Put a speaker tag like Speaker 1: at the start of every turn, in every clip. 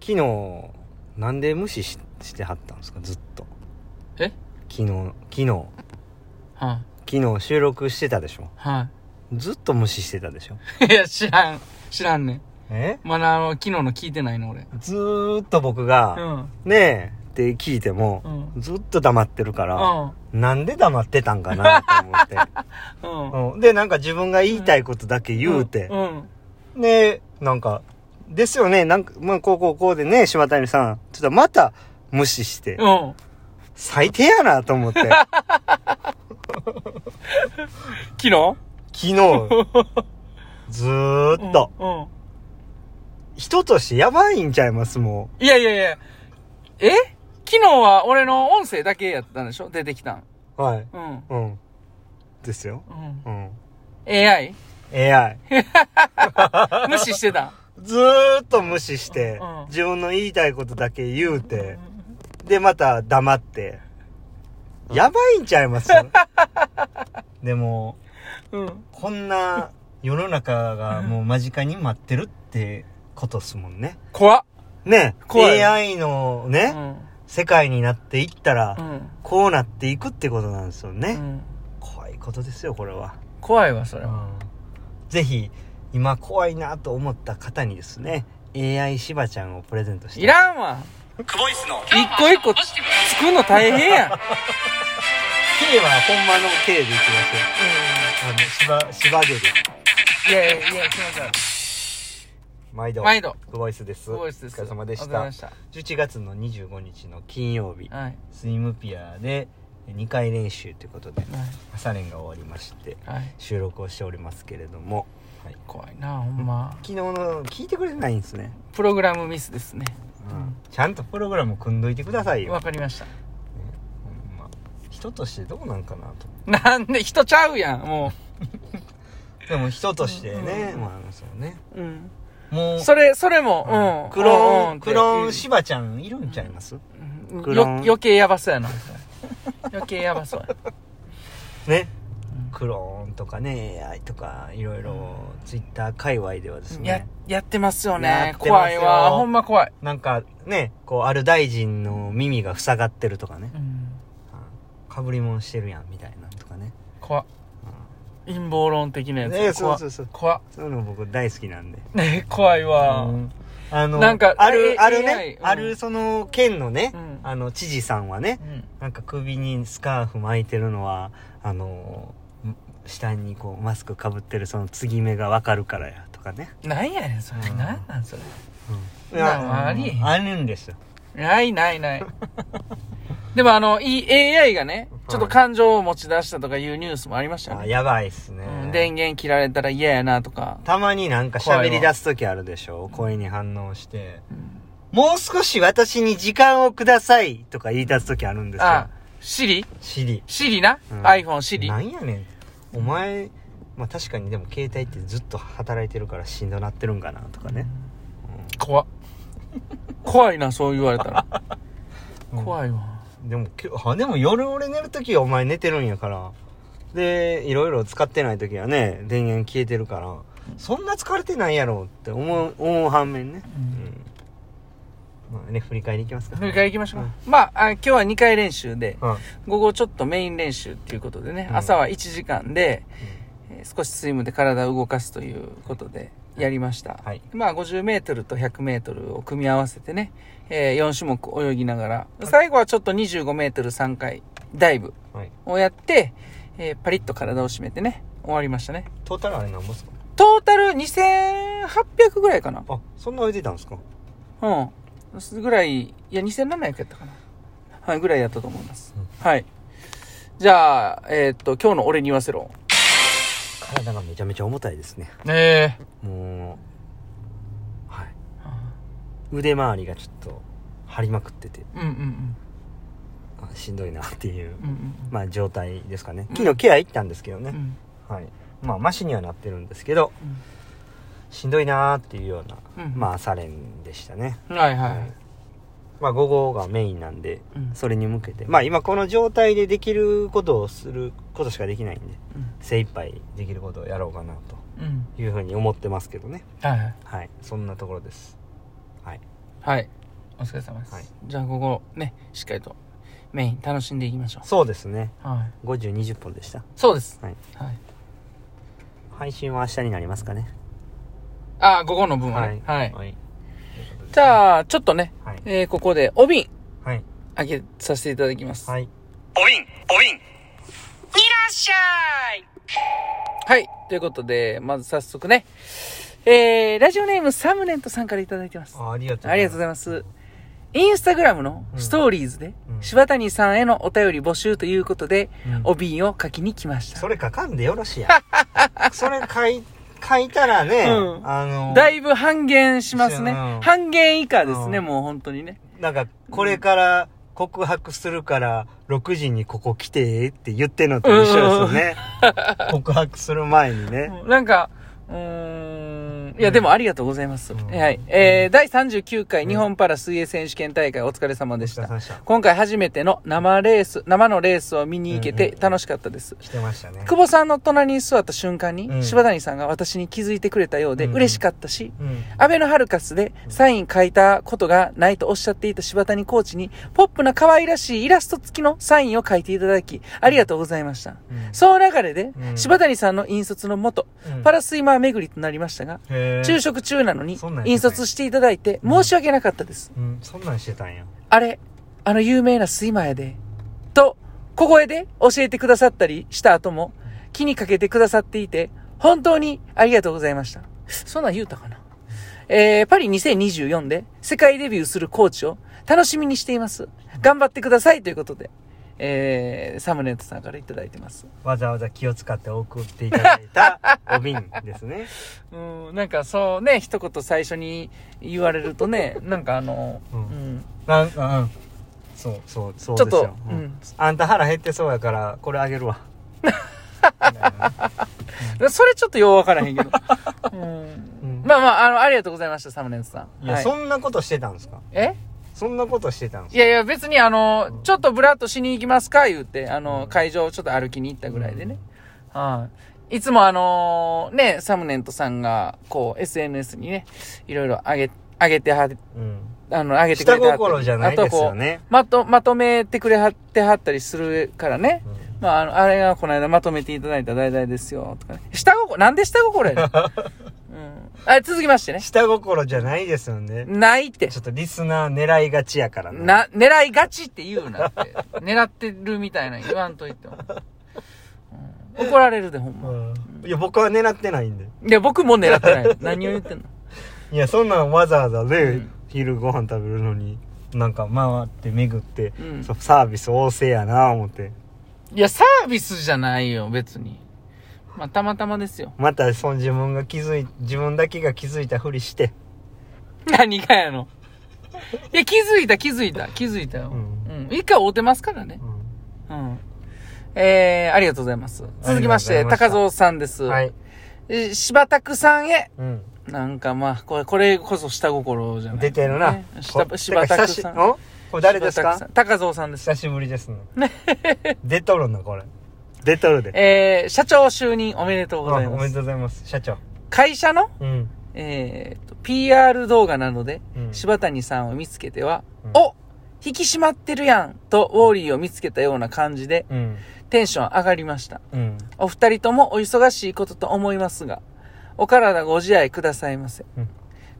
Speaker 1: 昨日、なんで無視ししてはったんですかずっと。
Speaker 2: え
Speaker 1: 昨日、昨日、
Speaker 2: はい、
Speaker 1: 昨日収録してたでしょ
Speaker 2: は
Speaker 1: ずっと無視してたでしょ
Speaker 2: い、いや、知らん。知らんねん。
Speaker 1: え
Speaker 2: まだあの、昨日の聞いてないの、俺。
Speaker 1: ずーっと僕
Speaker 2: う
Speaker 1: が、
Speaker 2: ん。
Speaker 1: ねえって聞いても、
Speaker 2: うん。
Speaker 1: ずっと黙ってるから、
Speaker 2: うん。
Speaker 1: なんで黙ってたんかなと
Speaker 2: うん。
Speaker 1: 思ってうん。で、なんか自分が言いたいことだけ言うて
Speaker 2: う、ん。
Speaker 1: で、なんか、ですよね、なんか、まあ、こうこうこうでね、柴谷さん、ちょっとまた無視して、
Speaker 2: うん。
Speaker 1: 最低やなと思って。
Speaker 2: 昨日
Speaker 1: 昨日、 ずーっと、。
Speaker 2: うんうん。
Speaker 1: 人としてやばいんちゃいます、も
Speaker 2: いやいやいや。え昨日は俺の音声だけやったんでしょ出てきたん。
Speaker 1: う。はい。
Speaker 2: うん。
Speaker 1: うん。ですよ。
Speaker 2: うん。
Speaker 1: うん。
Speaker 2: AI?
Speaker 1: AI。
Speaker 2: 無視してた。
Speaker 1: ずーっと無視して
Speaker 2: うんうん、
Speaker 1: 自分の言いたいことだけ言う
Speaker 2: うん
Speaker 1: て、で、また黙って。やばいんちゃい ますでも、
Speaker 2: うん。
Speaker 1: こんな世の中がもう間近に待ってるってことっすもんね。
Speaker 2: 怖っ。
Speaker 1: ね
Speaker 2: 怖い
Speaker 1: AI の
Speaker 2: う
Speaker 1: ね、
Speaker 2: ん。
Speaker 1: 世界になっていったら、
Speaker 2: うん。
Speaker 1: こうなっていくってことなんですよね、
Speaker 2: うん
Speaker 1: 怖いことですよこれは、
Speaker 2: 怖いわ、それは。
Speaker 1: ぜひ今怖いなと思った方にですね AI しばちゃんをプレゼントして
Speaker 2: いらんわ。
Speaker 1: クボイスの
Speaker 2: 一個一個作んの大変やん。うん。
Speaker 1: K は本間の K でいきましょうあのしばしばげで
Speaker 2: いやいやいや、気持ち悪
Speaker 1: 毎
Speaker 2: い。
Speaker 1: 度
Speaker 2: 毎度。
Speaker 1: クボイスです
Speaker 2: すごいです。
Speaker 1: お疲れ様でし
Speaker 2: お疲れ
Speaker 1: た
Speaker 2: 様した。
Speaker 1: 11月の25日の金曜日
Speaker 2: はい。
Speaker 1: スイムピアで2回練習ということで
Speaker 2: は
Speaker 1: 朝練が終わりまして
Speaker 2: い。はい。
Speaker 1: 収録をしておりますけれども、はい、
Speaker 2: 怖いな、ほんま。
Speaker 1: 昨日の聞いてくれてないんですね
Speaker 2: プログラムミスですね。
Speaker 1: うんちゃんとプログラム組んどいてくださいよ、
Speaker 2: わかりました。
Speaker 1: ほんま人としてどうなんかなと
Speaker 2: なんで人ちゃうやん、も
Speaker 1: でも人としてね、
Speaker 2: うん
Speaker 1: まああのそうね
Speaker 2: う。うん。
Speaker 1: もう
Speaker 2: それ、それも、うん。
Speaker 1: クロー
Speaker 2: う
Speaker 1: ン
Speaker 2: ん
Speaker 1: クロー
Speaker 2: うん
Speaker 1: ンしばちゃんいるんちゃいます、
Speaker 2: うん
Speaker 1: クロ
Speaker 2: よ
Speaker 1: ーン
Speaker 2: 余計やばそうやな。余計やばそうや。
Speaker 1: ねクローンとかね AI とかいろいろツイッター界隈ではです
Speaker 2: や
Speaker 1: ね、
Speaker 2: やってますよ
Speaker 1: や
Speaker 2: ね
Speaker 1: っ。てま
Speaker 2: 怖
Speaker 1: す
Speaker 2: い
Speaker 1: よ
Speaker 2: わ。ほんま怖い。
Speaker 1: なんかねこうある大臣の耳が塞がってるとかね
Speaker 2: う、ん。
Speaker 1: うんかぶり物してるやんみたいなんとかね、
Speaker 2: 怖っ陰謀論的な
Speaker 1: う
Speaker 2: や
Speaker 1: ん
Speaker 2: つ。
Speaker 1: ね
Speaker 2: 怖
Speaker 1: そ
Speaker 2: っ
Speaker 1: うそうそう
Speaker 2: 怖っ
Speaker 1: そういうの僕大好きなんで
Speaker 2: ね怖いわ。
Speaker 1: うんあの
Speaker 2: なんか
Speaker 1: ある
Speaker 2: あ
Speaker 1: ある
Speaker 2: AI
Speaker 1: ね、
Speaker 2: うん
Speaker 1: あるその県のね、
Speaker 2: うん
Speaker 1: あの知事さんはね
Speaker 2: うん
Speaker 1: なんか首にスカーフ巻いてるのはあのん下にこうマスクかぶってるその継ぎ目がわかるからやとかね、
Speaker 2: なんやねん、それ。
Speaker 1: うん
Speaker 2: なんなん、それ。
Speaker 1: うん、
Speaker 2: なあ
Speaker 1: うん
Speaker 2: ありえへん
Speaker 1: あるんですよ
Speaker 2: ないないない。 でもあの、いい AI がね、ちょっと感情を持ち出したとかいうニュースもありましたよ
Speaker 1: あ
Speaker 2: ね。
Speaker 1: やばいっすね、
Speaker 2: うん電源切られたら嫌やなとか。
Speaker 1: たまになんか喋り出す時あるでしょ声に反応して
Speaker 2: うん
Speaker 1: 「もう少し私に時間をください」とか言い出す時あるんですよ
Speaker 2: あ、シリ
Speaker 1: シリ
Speaker 2: シリな、
Speaker 1: うん
Speaker 2: ?iPhone シリ。
Speaker 1: なんやねんお前、まあ、確かにでも携帯ってずっと働いてるからしんどなってるんかなとかね、
Speaker 2: 怖っ怖いな、そう言われたら。
Speaker 1: うん
Speaker 2: 怖いわ。
Speaker 1: でもきょあ でも夜俺寝る時はお前寝てるんやからでいろいろ使ってない時はね電源消えてるからそんな疲れてないやろって思う思う反面ね、うんまあね振り返りいきますか
Speaker 2: もう一回行きましょうか。まああ、今日は2回練習で、
Speaker 1: うん
Speaker 2: 午後ちょっとメイン練習っていうことでね、
Speaker 1: うん
Speaker 2: 朝は1時間で、えー少しスイムで体を動かすということでやりました。
Speaker 1: はい
Speaker 2: まあ、50メートルと100メートルを組み合わせてね、え4種目泳ぎながら、最後はちょっと25メートル3回ダイブ
Speaker 1: はい
Speaker 2: をやって、えーパリッと体を締めてね、終わりましたね。
Speaker 1: トータルあれなんぼっすか
Speaker 2: トータル2800ぐらいかな
Speaker 1: あそんな置いてたんですか
Speaker 2: うん。ぐらい、いや、2700やったかな。はい、ぐらいやったと思います。
Speaker 1: うん
Speaker 2: はい。じゃあ、えーっと、今日の俺に言わせろ。
Speaker 1: 体がめちゃめちゃ重たいですね
Speaker 2: ねえ。
Speaker 1: もうはい腕周りがちょっと張りまくってて
Speaker 2: うんうん
Speaker 1: あしんどいなっていう、
Speaker 2: うん。うん
Speaker 1: まあ、状態ですかね
Speaker 2: うん
Speaker 1: 昨日ケア行ったんですけど
Speaker 2: う
Speaker 1: ね、
Speaker 2: ん
Speaker 1: はいまあマシにはなってるんですけど
Speaker 2: うん。
Speaker 1: しんどいなーっていうような、
Speaker 2: うん
Speaker 1: まあ朝練でしたね、
Speaker 2: うん。はいは。
Speaker 1: はいまあ午後がメインなんで
Speaker 2: うん
Speaker 1: それに向けてまあ今この状態でできることをすることしかできないんで
Speaker 2: うん
Speaker 1: 精一杯できることをやろうかな
Speaker 2: うん。
Speaker 1: というふうに思ってますけどね
Speaker 2: はいはい。
Speaker 1: はいそんなところですはい
Speaker 2: はい。お疲れ様です。
Speaker 1: はい
Speaker 2: じゃあ、ここ、ね、しっかりとメイン楽しんでいきましょ
Speaker 1: そうですね
Speaker 2: う。はい。
Speaker 1: 5020本でした
Speaker 2: そうです。
Speaker 1: はい
Speaker 2: はい。
Speaker 1: 配信は明日になりますかね
Speaker 2: ああ、午後の分はね。はい。
Speaker 1: はい
Speaker 2: じゃあ、ちょっとね、
Speaker 1: はい
Speaker 2: えー、ここで、お瓶、
Speaker 1: はい
Speaker 2: あげさせていただきます。
Speaker 1: はい
Speaker 2: はい。ということで、まず早速ね、えー、ラジオネームサムネントさんからいただいてます。
Speaker 1: あありがとう
Speaker 2: ありがとうございます。インスタグラムのストーリーズで、
Speaker 1: うん
Speaker 2: 柴谷さんへのお便り募集ということで、
Speaker 1: うん
Speaker 2: お瓶を書きに来ました。
Speaker 1: それ書かんでよろしいやん それ書い書いたらね、
Speaker 2: うん
Speaker 1: あの
Speaker 2: だいぶ半減しますね。
Speaker 1: そうやな
Speaker 2: 半減以下ですね、
Speaker 1: うん
Speaker 2: もう本当にね。
Speaker 1: なんかこれから告白するから6時にここ来てって言ってんのと一緒ですよね、 告白する前にね、
Speaker 2: なんか、うーん、いや、
Speaker 1: うん
Speaker 2: でもありがとうございます。
Speaker 1: うん
Speaker 2: はい。えー、第39回
Speaker 1: うん
Speaker 2: 日本パラ水泳選手権大会お疲れ様でし
Speaker 1: お疲れ
Speaker 2: た。
Speaker 1: 様でした
Speaker 2: 今回初めての生レース、生のレースを見に行け
Speaker 1: うん
Speaker 2: て
Speaker 1: うん
Speaker 2: 楽しかったです。
Speaker 1: 来てましたね
Speaker 2: 久保さんの隣に座った瞬間に、
Speaker 1: うん
Speaker 2: 柴谷さんが私に気づいてくれたようで
Speaker 1: うん
Speaker 2: 嬉しかったし、
Speaker 1: うん
Speaker 2: アベノハルカスでサイン書いたことがないとおっしゃっていた柴谷コーチに、ポップな可愛らしいイラスト付きのサインを書いていただき、ありがとうございました。
Speaker 1: うん
Speaker 2: その流れで、
Speaker 1: うん
Speaker 2: 柴谷さんの引率のもと、
Speaker 1: うん
Speaker 2: パラスイマー巡りとなりましたが、
Speaker 1: へー
Speaker 2: 昼食中なのに
Speaker 1: そんなんやっ、てたんや
Speaker 2: 引率していただいて申し訳なかったです。
Speaker 1: うんそんなんしてたんや
Speaker 2: あれ、あの有名なスイマーやで、と、小声で教えてくださったりした後も、気にかけてくださっていて、本当にありがとうございました。そんなん言うたかな。えー、パリ2024で世界デビューするコーチを楽しみにしています。頑張ってくださいということで、えー、サムネットさんからいただいてます。
Speaker 1: わざわざ気を使って送っていただいたお瓶ですね
Speaker 2: うん、なんかそうね、一言最初に言われるとね、なんかあの、
Speaker 1: う
Speaker 2: うんん、
Speaker 1: なんかうんそうそうそう
Speaker 2: ちょ
Speaker 1: で
Speaker 2: っ
Speaker 1: すよ
Speaker 2: と、
Speaker 1: う
Speaker 2: うんん、
Speaker 1: あんた腹減ってそうやからこれあげるわみたいなね
Speaker 2: それちょっとようわからへんけ ど。うん
Speaker 1: うん
Speaker 2: まあまあ、あの、ありがとうございました、サムネンツさん。
Speaker 1: いや、
Speaker 2: はい
Speaker 1: そんなことしてたんですか
Speaker 2: え
Speaker 1: そんなことしてたんです
Speaker 2: い
Speaker 1: か
Speaker 2: やいや、別にあの、ちょっとブラッとしに行きますか、言うて、あの、会場をちょっと歩きに行ったぐらいでね。はい。いつもあのーね、サムネントさんが、こう、SNS にね、いろいろ上げ、上げては、
Speaker 1: うん。
Speaker 2: あの、上げてく
Speaker 1: 下
Speaker 2: れてはったり
Speaker 1: 心じゃないですよ
Speaker 2: あとこ
Speaker 1: ね。
Speaker 2: う、まと、まとめてくれはってはったりするからね。
Speaker 1: うん
Speaker 2: まあ、あの、あれがこの間まとめていただいた題材ですよ、とかね。下心、なんで下心や ねん。うん。あ、続きましてね。
Speaker 1: 下心じゃないですよね。
Speaker 2: ないって
Speaker 1: ちょ。っとリスナー狙いがちやからね。
Speaker 2: な、狙いがちって言うなって。 狙ってるみたいな言わんといても。うん怒られるで、ほん
Speaker 1: う
Speaker 2: ま。
Speaker 1: ん。いや、僕は狙ってないんで。
Speaker 2: いや、僕も狙って ない。何を言ってんの
Speaker 1: いや、そんなんわざわざ
Speaker 2: う
Speaker 1: で
Speaker 2: ん、
Speaker 1: 昼ご飯食べるのに、なんか回って巡って
Speaker 2: うん、
Speaker 1: そうサービス旺盛やな思って。
Speaker 2: いや、サービスじゃないよ、別に。まあ、たまたまで すよ。
Speaker 1: また、その自分が気づい、自分だけが気づいたふりして。
Speaker 2: 何がやの。いや、気づいた、気づいた、気づいたよ。
Speaker 1: う
Speaker 2: うんん。一回会うてますからね
Speaker 1: う。ん
Speaker 2: うん。えー、ありがとうございます。続きまし
Speaker 1: あり
Speaker 2: て、
Speaker 1: がとう
Speaker 2: 高
Speaker 1: ござい
Speaker 2: 蔵さんです。
Speaker 1: はい。
Speaker 2: え。柴田区さんへ。
Speaker 1: うん。
Speaker 2: なんかまあ、これ、これこそ下心じゃない、
Speaker 1: 出てるな
Speaker 2: ね。
Speaker 1: こ
Speaker 2: 下
Speaker 1: てか
Speaker 2: 柴田区
Speaker 1: 久し
Speaker 2: さん。
Speaker 1: おこれ誰です
Speaker 2: 柴田
Speaker 1: か
Speaker 2: 区さん高蔵さんです。
Speaker 1: 久しぶり ですね。出とるな、これ。出とるで。
Speaker 2: えー、社長就任おめでとうござい
Speaker 1: あお
Speaker 2: ま。
Speaker 1: めですとうございます。社長。
Speaker 2: 会社の、
Speaker 1: うん。
Speaker 2: えーと、PR 動画などで、
Speaker 1: うん
Speaker 2: 柴谷さんを見つけては、
Speaker 1: うん
Speaker 2: お引き締まってるやんと、ウォーリーを見つけたような感じで、
Speaker 1: うん。
Speaker 2: テンション上がりました。
Speaker 1: うん。
Speaker 2: お二人ともお忙しいことと思いますが、お体ご自愛くださいませ。
Speaker 1: うん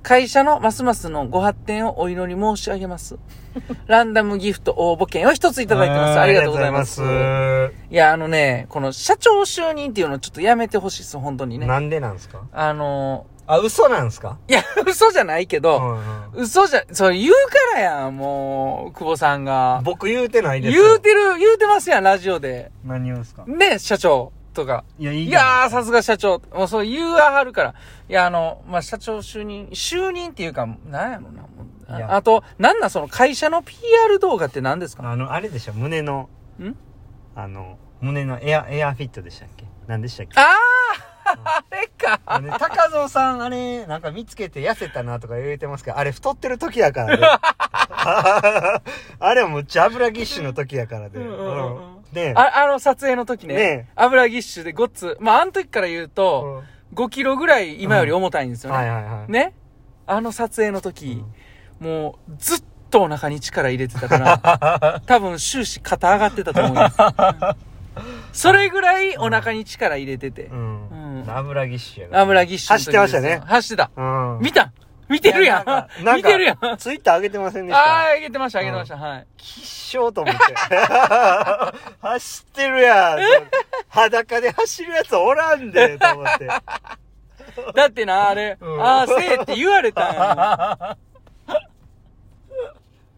Speaker 2: 会社のますますのご発展をお祈り申し上げます。 ランダムギフト応募券を一ついただいてます。ありがとうございます。
Speaker 1: ありがとうございま
Speaker 2: いや、あのね、この社長就任っていうのをちょっとやめてほしいです、本当に
Speaker 1: す
Speaker 2: ね。
Speaker 1: なんでなんですか
Speaker 2: あの
Speaker 1: あ、嘘なんですか
Speaker 2: ー、いや、 嘘じゃないけ
Speaker 1: う
Speaker 2: ど、
Speaker 1: んうん
Speaker 2: 嘘じゃ、そう言うからやん、もう、久保さんが。
Speaker 1: 僕言うてないですよ。
Speaker 2: 言うてる、言うてますやん、ラジオで。
Speaker 1: 何をですか
Speaker 2: ね、社長とか。
Speaker 1: いや、い
Speaker 2: い
Speaker 1: じゃな
Speaker 2: や
Speaker 1: い
Speaker 2: ー、さすが社長。もうそう言うははるから。いや、あの、まあ、社長就任、就任っていうか、なんやろな。もう
Speaker 1: い
Speaker 2: あ
Speaker 1: や
Speaker 2: あと、なんなんその会社の PR 動画って何ですか
Speaker 1: あの、あれでしょ、胸の、
Speaker 2: ん
Speaker 1: あの、胸のエア、エアフィットでしたっけ何でしたっけ
Speaker 2: あー、 あれか。
Speaker 1: ね高蔵さん、あれ、なんか見つけて痩せたなとか言うてますけど、あれ太ってる時や からね。あれはむっちゃ油ぎっしゅの時やからで。
Speaker 2: うんうんうんうん
Speaker 1: で、
Speaker 2: あ、あの撮影の時ね。
Speaker 1: ね
Speaker 2: 油ぎっしゅでごっつ。まあ、あの時から言う
Speaker 1: う
Speaker 2: と、
Speaker 1: ん
Speaker 2: 5キロぐらい今より重たいんですよね。
Speaker 1: はいはいはい。
Speaker 2: ね。あの撮影の時、もうずっとお腹に力入れて たから、多分終始肩上がってたと思います。それぐらいお腹に力入れてて
Speaker 1: う。ん
Speaker 2: うん。
Speaker 1: 油ぎっしゅやな
Speaker 2: 油ぎっしょの時
Speaker 1: 走ってました
Speaker 2: です
Speaker 1: ね
Speaker 2: よ。走ってた。
Speaker 1: うん
Speaker 2: 見た見てるや
Speaker 1: いなん
Speaker 2: ん
Speaker 1: かなんか
Speaker 2: 見てるやんあ
Speaker 1: ツイッター上げてませんでし
Speaker 2: あ
Speaker 1: た
Speaker 2: ー、あげてました、あげてました。はい。
Speaker 1: きっしょーと思って 走ってるやん裸で走るやつおらんでと思って
Speaker 2: だってな、あれ、
Speaker 1: うん
Speaker 2: ああ、せえって言われたんや。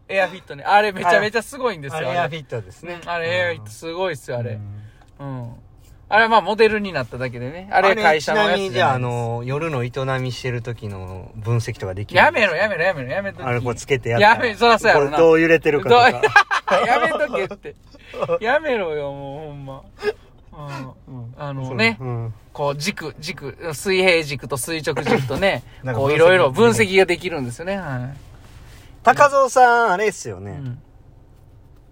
Speaker 2: エアフィットね。あれめちゃめちゃすごいんですよ。
Speaker 1: あれエアフィットですね
Speaker 2: うんあれエアフィット
Speaker 1: うん
Speaker 2: すごいっすよ、あれ
Speaker 1: う。ん
Speaker 2: うん。あれはまあモデルになっただけでね。あ
Speaker 1: あ
Speaker 2: れ
Speaker 1: れ
Speaker 2: 会社のや
Speaker 1: ちなみ
Speaker 2: つ
Speaker 1: に
Speaker 2: じ
Speaker 1: じゃあ
Speaker 2: ゃ
Speaker 1: あ
Speaker 2: ないです。
Speaker 1: の夜の営みしてる時の分析とかできる
Speaker 2: やめろ、やめろ、やめろ、やめとけ。
Speaker 1: あれこうつけてや
Speaker 2: やめ、そらそうや
Speaker 1: こ
Speaker 2: ろな。
Speaker 1: れどう揺れてるかと
Speaker 2: ど
Speaker 1: か
Speaker 2: う やめとけって。やめろよ、もうほんま。うんあのね
Speaker 1: う、ん
Speaker 2: こう軸、軸、水平軸と垂直軸とね
Speaker 1: な、んか
Speaker 2: こ
Speaker 1: 分析
Speaker 2: ういろいろ分析ができるんですよね。は
Speaker 1: 高蔵さんあれっすよ
Speaker 2: い。う
Speaker 1: ね、
Speaker 2: ん。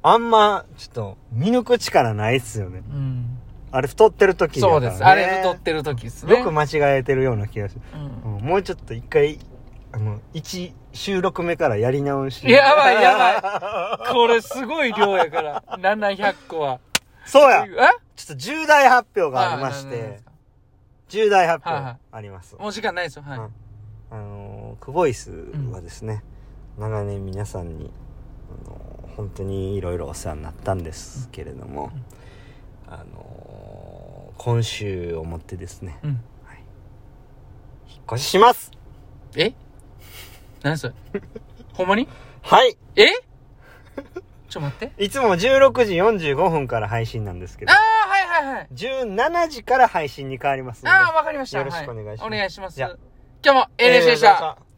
Speaker 1: あんまちょっと見抜く力ないっすよね
Speaker 2: うん
Speaker 1: あれ太ってる時だから、
Speaker 2: そう
Speaker 1: ね、
Speaker 2: です。あれ太ってる時ですね。
Speaker 1: よく間違えてるような気がする、
Speaker 2: うん
Speaker 1: うんもうちょっと一回あの1収録目からやり直し
Speaker 2: やばいやばい。これすごい量やから。700個は。
Speaker 1: そうやちょ
Speaker 2: え
Speaker 1: っと重大発表がありまし
Speaker 2: はいはいはい
Speaker 1: て重大発
Speaker 2: はいはい
Speaker 1: 表あります、
Speaker 2: もう時間ないですよ。はい。
Speaker 1: うんあのークボイスはですね、長年皆さんに、あのー本当にいろいろお世話になったんですけれども、あのー今週をもってですね
Speaker 2: うん。
Speaker 1: 引っ越しします
Speaker 2: え何それほんまに
Speaker 1: はい
Speaker 2: えちょ待って。
Speaker 1: いつも16時45分から配信なんですけ
Speaker 2: あ
Speaker 1: ど
Speaker 2: あ、はいはいはい。
Speaker 1: 17時から配信に変わりますので
Speaker 2: ああ、わかりました。
Speaker 1: よろしくお願いします
Speaker 2: はお願いします。
Speaker 1: じゃあ
Speaker 2: 今日も NHK でした。
Speaker 1: えー